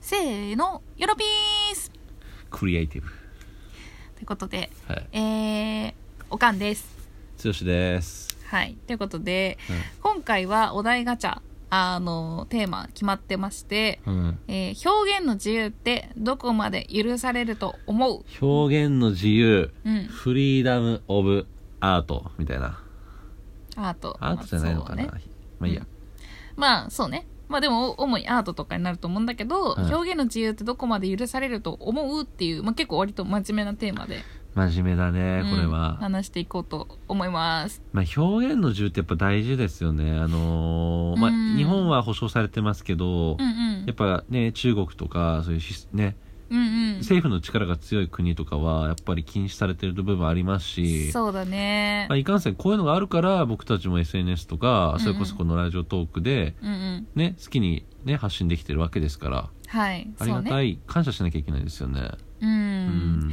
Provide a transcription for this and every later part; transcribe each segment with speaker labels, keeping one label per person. Speaker 1: せーのよろぴーす
Speaker 2: クリエイティブ
Speaker 1: ということで
Speaker 2: はい
Speaker 1: えー、おかんです
Speaker 2: 剛です
Speaker 1: はいということで、
Speaker 2: うん
Speaker 1: 今回はお題ガチャあのテーマ決まってまして、
Speaker 2: うん
Speaker 1: えー表現の自由ってどこまで許されると思う
Speaker 2: 表現の自由、
Speaker 1: うん
Speaker 2: フリーダム・オブ・アートみたいな
Speaker 1: アート
Speaker 2: アートじゃないのかな、
Speaker 1: まあそうね
Speaker 2: まあいいや、
Speaker 1: まあそうねまあでも主にアートとかになると思うんだけど、
Speaker 2: うん
Speaker 1: 表現の自由ってどこまで許されると思うっていう、まあ、結構割と真面目なテーマで、
Speaker 2: 真面目だねこれ
Speaker 1: うん
Speaker 2: は、
Speaker 1: 話していこうと思います
Speaker 2: まあ、表現の自由ってやっぱ大事ですよねあのーまあ、
Speaker 1: うん
Speaker 2: 日本は保障されてますけど、
Speaker 1: うんうん
Speaker 2: やっぱね中国とかそういうしね
Speaker 1: うんうん
Speaker 2: 政府の力が強い国とかはやっぱり禁止されてる部分ありますし
Speaker 1: そうだね
Speaker 2: まあ、いかんせんこういうのがあるから僕たちも SNS とか
Speaker 1: ん
Speaker 2: それこそこのラジオトークで、
Speaker 1: うんうん
Speaker 2: ね、好きに、ね、発信できてるわけですから
Speaker 1: はい
Speaker 2: あ
Speaker 1: そ
Speaker 2: り
Speaker 1: う
Speaker 2: が
Speaker 1: ね
Speaker 2: たい、感謝しなきゃいけないですよね。
Speaker 1: うん、
Speaker 2: うん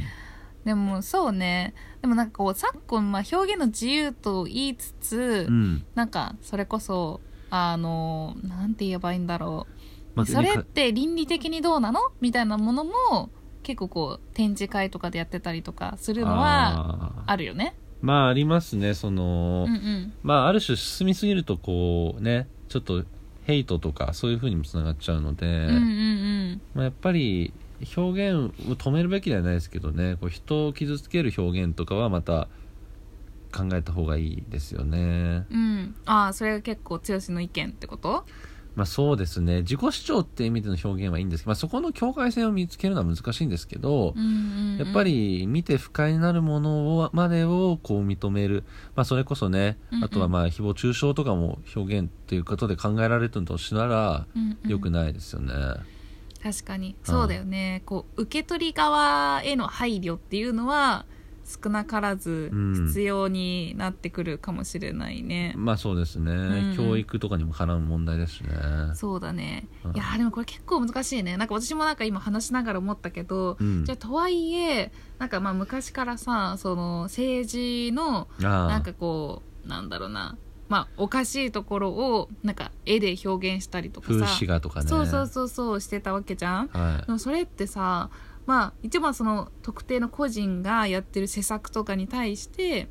Speaker 1: でもそうねでもなんかこう昨今、まあ、表現の自由と言いつつ、
Speaker 2: うん
Speaker 1: なんかそれこそあのなんて言えばいいんだろう
Speaker 2: まあ
Speaker 1: それっ
Speaker 2: ね
Speaker 1: て倫理的にどうなのみたいなものも結構こう展示会とかでやってたりとかするのは
Speaker 2: あー
Speaker 1: あるよね。
Speaker 2: まあありますねその、
Speaker 1: うんうん、
Speaker 2: まあある種進みすぎるとこうねちょっとヘイトとかそういうふうにもつながっちゃうので、
Speaker 1: うんうん
Speaker 2: まあ、やっぱり表現を止めるべきではないですけどねこう人を傷つける表現とかはまた考えた方がいいですよね。
Speaker 1: うんうんああそれが結構剛の意見ってこと
Speaker 2: まあそうですね自己主張って意味での表現はいいんですけど、まあ、そこの境界線を見つけるのは難しいんですけど、
Speaker 1: うんうんうん
Speaker 2: やっぱり見て不快になるものをまでをこう認める、まあ、それこそね、
Speaker 1: うんうん
Speaker 2: あとはまあ誹謗中傷とかも表現ということで考えられてるとしたら
Speaker 1: うんうん
Speaker 2: 良くないですよね。
Speaker 1: 確かにそうだよねこう受け取り側への配慮っていうのは少なからず
Speaker 2: うん
Speaker 1: 必要になってくるかもしれないね、
Speaker 2: まあそうですね、
Speaker 1: ん
Speaker 2: 教育とかにも絡む問題ですしね。
Speaker 1: そうだね
Speaker 2: うん
Speaker 1: いやーでもこれ結構難しいねなんか私もなんか今話しながら思ったけど、
Speaker 2: うん
Speaker 1: じゃあとはいえなんかまあ昔からさその政治の
Speaker 2: ああ
Speaker 1: なんかこうなんだろうなまあおかしいところをなんか絵で表現したりとか
Speaker 2: 風
Speaker 1: さ
Speaker 2: 刺画とかね。
Speaker 1: そうそうそうそうしてたわけじゃん
Speaker 2: はい
Speaker 1: でもそれってさまあ一番その特定の個人がやってる施策とかに対して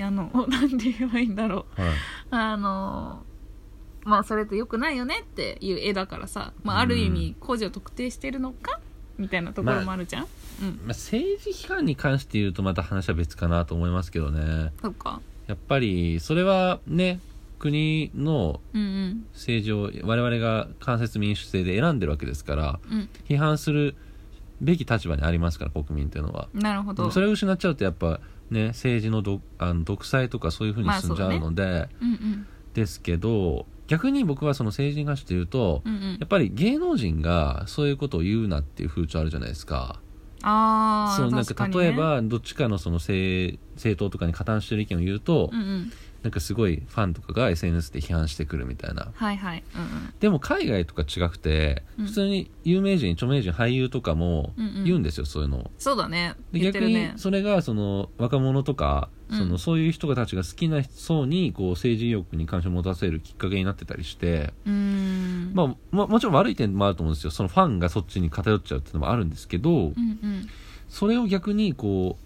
Speaker 1: あの なんて言えばいいんだろう
Speaker 2: はい
Speaker 1: あのまあそれって良くないよねっていう絵だからさ、まあ、ある意味個人を特定してるのかみたいなところもあるじゃん、うん
Speaker 2: まあ、政治批判に関して言うとまた話は別かなと思いますけどね。
Speaker 1: そっか
Speaker 2: やっぱりそれはね国の
Speaker 1: うん
Speaker 2: 政治を我々が間接民主制で選んでるわけですから
Speaker 1: うんうん
Speaker 2: 批判するべき立場にありますから国民というのは
Speaker 1: なるほど
Speaker 2: それを失っちゃうとやっぱね政治のどあの独裁とかそういうふうに進んじゃうので、
Speaker 1: うんうん
Speaker 2: ですけど逆に僕はその政治に関して言うと、
Speaker 1: うんうん
Speaker 2: やっぱり芸能人がそういうことを言うなっていう風潮あるじゃないですか。
Speaker 1: ああ
Speaker 2: そうなん
Speaker 1: 確
Speaker 2: か
Speaker 1: かに、ね、
Speaker 2: 例えばどっちかのその政政党とかに加担してる意見を言うと、
Speaker 1: うんうん
Speaker 2: なんかすごいファンとかが SNS で批判してくるみたいな
Speaker 1: はいはいうんうん
Speaker 2: でも海外とか違くて、
Speaker 1: うん
Speaker 2: 普通に有名人著名人俳優とかも
Speaker 1: うんうん
Speaker 2: 言うんですよ、そういうのを
Speaker 1: そうだね
Speaker 2: で
Speaker 1: 言って
Speaker 2: 逆
Speaker 1: る
Speaker 2: に
Speaker 1: ね
Speaker 2: それがその若者とか、
Speaker 1: うん
Speaker 2: そのそういう人たちが好きな層にこう政治意欲に関心を持たせるきっかけになってたりして、
Speaker 1: うーん
Speaker 2: まあ、ももちろん悪い点もあると思うんですよそのファンがそっちに偏っちゃうっていうのもあるんですけど、
Speaker 1: うんうん
Speaker 2: それを逆にこう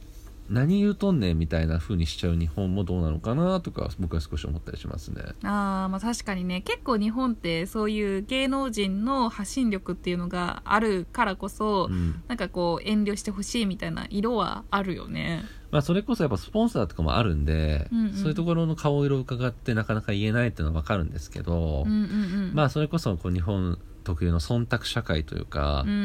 Speaker 2: 何言うとんねんみたいな風にしちゃう日本もどうなのかなとか僕は少し思ったりしますね。
Speaker 1: あーまあ確かにね結構日本ってそういう芸能人の発信力っていうのがあるからこそ、
Speaker 2: うん
Speaker 1: なんかこう遠慮してほしいみたいな色はあるよね
Speaker 2: まあ、それこそやっぱスポンサーとかもあるんで、
Speaker 1: うんうん
Speaker 2: そういうところの顔色を伺ってなかなか言えないっていうのはわかるんですけど、
Speaker 1: うんうんうん
Speaker 2: まあそれこそこう日本特有の忖度社会というか
Speaker 1: うん、うん
Speaker 2: う
Speaker 1: うん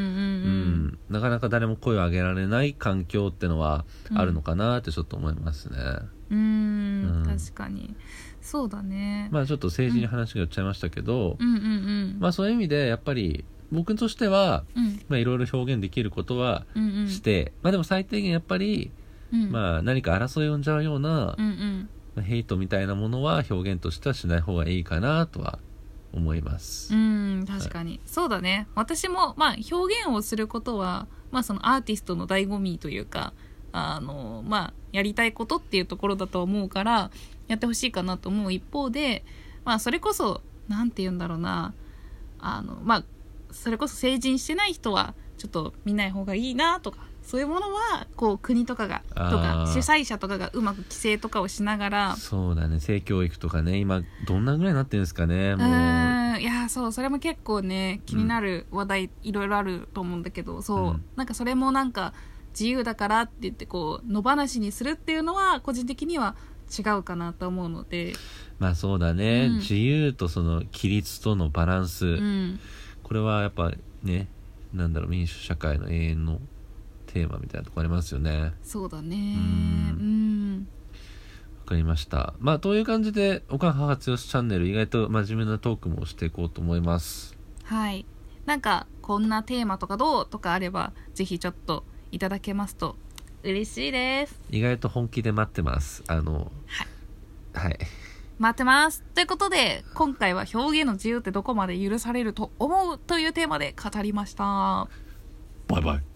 Speaker 2: んなかなか誰も声を上げられない環境ってのはあるのかなってちょっと思いますね、
Speaker 1: うーん
Speaker 2: うん
Speaker 1: 確かにそうだね、
Speaker 2: まあちょっと政治に話が寄っちゃいましたけど、
Speaker 1: うんうんうん
Speaker 2: まあそういう意味でやっぱり僕としては
Speaker 1: うん
Speaker 2: まあいろいろ表現できることは
Speaker 1: うんうん
Speaker 2: して、まあでも最低限やっぱり、
Speaker 1: うん
Speaker 2: まあ何か争いを呼んじゃうような
Speaker 1: うんうん
Speaker 2: まあヘイトみたいなものは表現としてはしない方がいいかなとは思います。
Speaker 1: うん確かに、そうだね私もまあ表現をすることはまあそのアーティストの醍醐味というかあのまあやりたいことっていうところだと思うからやってほしいかなと思う一方でまあそれこそなんて言うんだろうなあのまあそれこそ成人してない人はちょっと見ない方がいいなとかそういうものはこう国とかがと
Speaker 2: あ
Speaker 1: か
Speaker 2: ー
Speaker 1: 主催者とかがうまく規制とかをしながら
Speaker 2: そうだね性教育とかね今どんなぐらいになってるんですかね
Speaker 1: う
Speaker 2: もう
Speaker 1: ーんいやーそうそれも結構ね気になる話題いろいろあると思うんだけどそう、
Speaker 2: うん
Speaker 1: なんかそれもなんか自由だからって言ってこう野放しにするっていうのは個人的には違うかなと思うので、
Speaker 2: まあそうだね、
Speaker 1: うん
Speaker 2: 自由とその規律とのバランス、
Speaker 1: うん、
Speaker 2: これはやっぱねなんだろう民主社会の永遠のテーマみたいなとこありますよね
Speaker 1: そうだね
Speaker 2: う
Speaker 1: うん
Speaker 2: わかりましたまあという感じで「おかん母つよしチャンネル」意外と真面目なトークもしていこうと思います
Speaker 1: はいなんかこんなテーマとかどうとかあればぜひちょっといただけますと嬉しいです
Speaker 2: 意外と本気で待ってますあのはい、
Speaker 1: 待ってますということで今回は表現の自由ってどこまで許されると思うというテーマで語りました
Speaker 2: バイバイ